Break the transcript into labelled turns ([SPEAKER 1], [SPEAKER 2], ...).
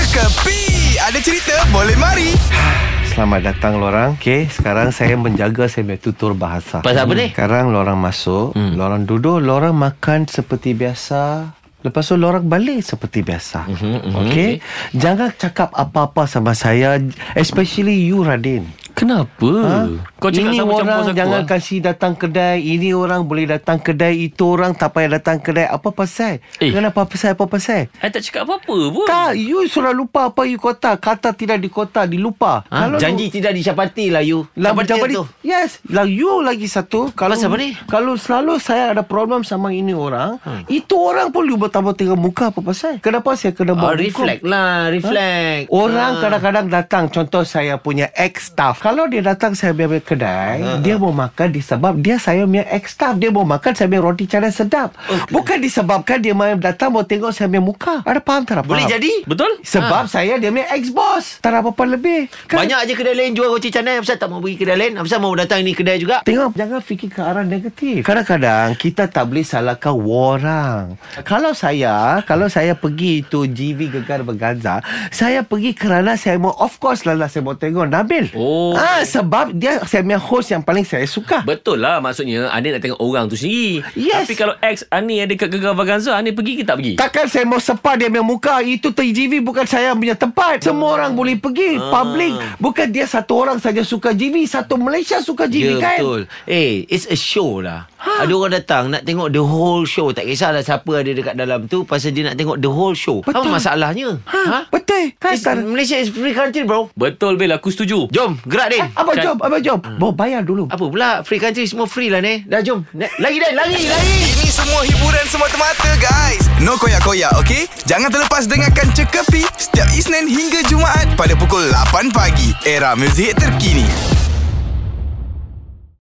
[SPEAKER 1] Kepi Ada cerita boleh mari
[SPEAKER 2] Selamat datang lorang Okay Sekarang saya menjaga Saya punya tutur bahasa
[SPEAKER 3] Pasal apa ni?
[SPEAKER 2] Sekarang lorang masuk hmm. Lorang duduk Lorang makan seperti biasa Lepas tu lorang balik seperti biasa
[SPEAKER 3] Mhm,
[SPEAKER 2] mm-hmm, mm-hmm. Okay Jangan cakap apa-apa sama saya Especially you Radin
[SPEAKER 3] Kenapa?
[SPEAKER 2] Ha?
[SPEAKER 3] Kau
[SPEAKER 2] Ini
[SPEAKER 3] cakap sama
[SPEAKER 2] orang
[SPEAKER 3] macam bos aku
[SPEAKER 2] jangan
[SPEAKER 3] ah.
[SPEAKER 2] kasih datang kedai Ini orang boleh datang kedai Itu orang tak payah datang kedai Apa pasal?
[SPEAKER 3] Eh.
[SPEAKER 2] Kenapa apa pasal? Apa pasal?
[SPEAKER 3] I tak cakap apa-apa pun
[SPEAKER 2] Tak, you sudah lupa apa you kota Kata tidak di kota, dilupa
[SPEAKER 3] Ha?
[SPEAKER 2] Kalau
[SPEAKER 3] Janji tidak disyapati lah you
[SPEAKER 2] lah
[SPEAKER 3] Apa
[SPEAKER 2] macam
[SPEAKER 3] dia
[SPEAKER 2] ni Yes lah you lagi satu Kalau
[SPEAKER 3] Pasal apa ni?
[SPEAKER 2] Kalau selalu saya ada problem Sama ini orang hmm. Itu orang pun You bertambah tengah muka Apa pasal Kenapa saya kena
[SPEAKER 3] Ah,
[SPEAKER 2] buat hukum?
[SPEAKER 3] reflect lah Reflect
[SPEAKER 4] Ah,
[SPEAKER 2] Orang kadang-kadang datang Contoh saya punya ex-staff Kalau dia datang saya punya kedai
[SPEAKER 3] Ah.
[SPEAKER 2] Dia mau makan disebab Dia saya punya ex-staff Dia mau makan saya punya roti canai sedap Bukan disebabkan dia main datang Mau tengok saya punya muka Ada faham tak ada faham?
[SPEAKER 3] Boleh jadi Betul?
[SPEAKER 2] Sebab ha. saya dia punya ex-boss Tak ada apa-apa lebih
[SPEAKER 3] Ah, Kan? Banyak aja kedai lain jual roti canai Apasal tak mau pergi kedai lain Apasal mau datang ni kedai juga
[SPEAKER 2] Tengok jangan fikir ke arah negatif. Kadang-kadang kita tak boleh salahkan orang. Kalau saya, kalau saya pergi tu GV Gegar Berganza, saya pergi kerana saya mau of course lah lah, saya mau tengok Nabil.
[SPEAKER 3] Oh.
[SPEAKER 2] Ah sebab dia saya punya host yang paling saya suka.
[SPEAKER 4] Betul lah maksudnya Ani nak tengok orang tu sendiri
[SPEAKER 2] Yes.
[SPEAKER 4] Tapi kalau ex Ani ada kat Gegar Vaganza Ani pergi ke tak pergi?
[SPEAKER 2] Takkan saya mau sepa dia punya muka Itu TGV bukan saya punya tempat
[SPEAKER 3] Oh.
[SPEAKER 2] Semua orang boleh pergi
[SPEAKER 3] Ah.
[SPEAKER 2] Public Bukan dia satu orang saja suka GV Satu Malaysia suka GV
[SPEAKER 3] Ya
[SPEAKER 2] kan
[SPEAKER 3] betul Eh it's a show lah ha. Ada orang datang Nak tengok the whole show Tak kisahlah siapa ada dekat dalam tu Pasal dia nak tengok the whole show Apa
[SPEAKER 2] Betul.
[SPEAKER 3] masalahnya?
[SPEAKER 2] ha, Betul kan
[SPEAKER 3] It's, Malaysia is free country bro
[SPEAKER 4] Betul Bil aku setuju
[SPEAKER 3] Jom gerak Din
[SPEAKER 2] Abang jom Abang jom Bawa bayar dulu
[SPEAKER 3] Ah. Apa pula Free country semua free lah ni Dah jom Ne- Lagi Din lagi lagi
[SPEAKER 1] Ini semua hiburan semata-mata guys No koyak-koyak ok Jangan terlepas dengarkan Cekapi Setiap Isnin hingga Jumaat Pada pukul 8 pagi Era muzik terkini